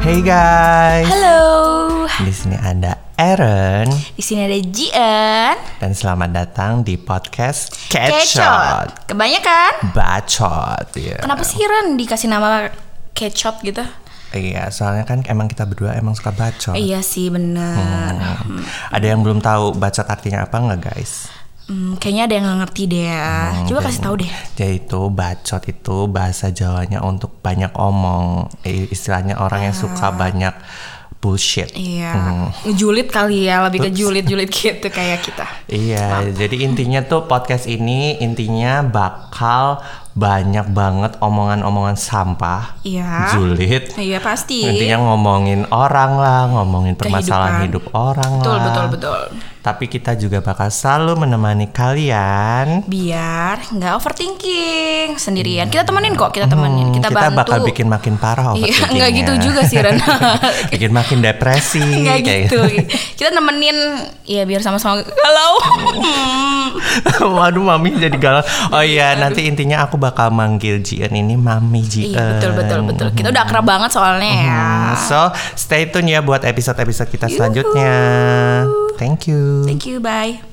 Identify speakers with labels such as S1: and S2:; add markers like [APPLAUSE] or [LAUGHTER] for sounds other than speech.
S1: Hey guys,
S2: Halo,
S1: di sini ada Aaron
S2: di sini ada Jian.
S1: dan selamat datang di podcast Catchot
S2: Kecot. Kebanyakan.
S1: Bacot. Iya.
S2: Kenapa sih Ren dikasih nama kecot gitu?
S1: Iya, soalnya kan emang kita berdua emang suka bacot.
S2: Iya sih bener.
S1: Hmm. Ada yang belum tahu bacot artinya apa nggak guys?
S2: Hmm, kayaknya ada yang nggak ngerti deh. ya.
S1: Oh,
S2: Coba kasih tahu deh.
S1: Yaitu bacot itu bahasa Jawanya untuk banyak omong, Eh, istilahnya orang yang suka banyak bullshit.
S2: Ah. Iya,
S1: Oh.
S2: julid kali ya, lebih ke julid-julid gitu kayak kita.
S1: Iya, jadi intinya tuh podcast ini intinya bakal banyak banget omongan-omongan sampah,
S2: Iya.
S1: julid.
S2: Iya pasti.
S1: Intinya ngomongin orang lah, ngomongin permasalahan hidup orang
S2: Betul,
S1: lah.
S2: betul, betul.
S1: Tapi kita juga bakal selalu menemani kalian.
S2: Biar nggak overthinking sendirian. Kita temenin kok, kita temenin, kita,
S1: Hmm, kita
S2: bantu.
S1: bakal bikin makin parah
S2: Iya,
S1: overthinkingnya.
S2: nggak gitu juga sih Ren.
S1: [LAUGHS] bikin makin depresi.
S2: [LAUGHS] Nggak
S1: kayak
S2: gitu. Kita nemenin ya biar sama-sama galau.
S1: [LAUGHS]
S2: Hmm.
S1: Waduh, mami jadi galau. Oh iya, nanti intinya aku bakal manggil Jian ini mami Jian.
S2: iya, betul betul betul. Kita udah akrab banget soalnya ya.
S1: So, stay tune ya buat episode-episode kita selanjutnya. Thank you.
S2: Thank you, bye.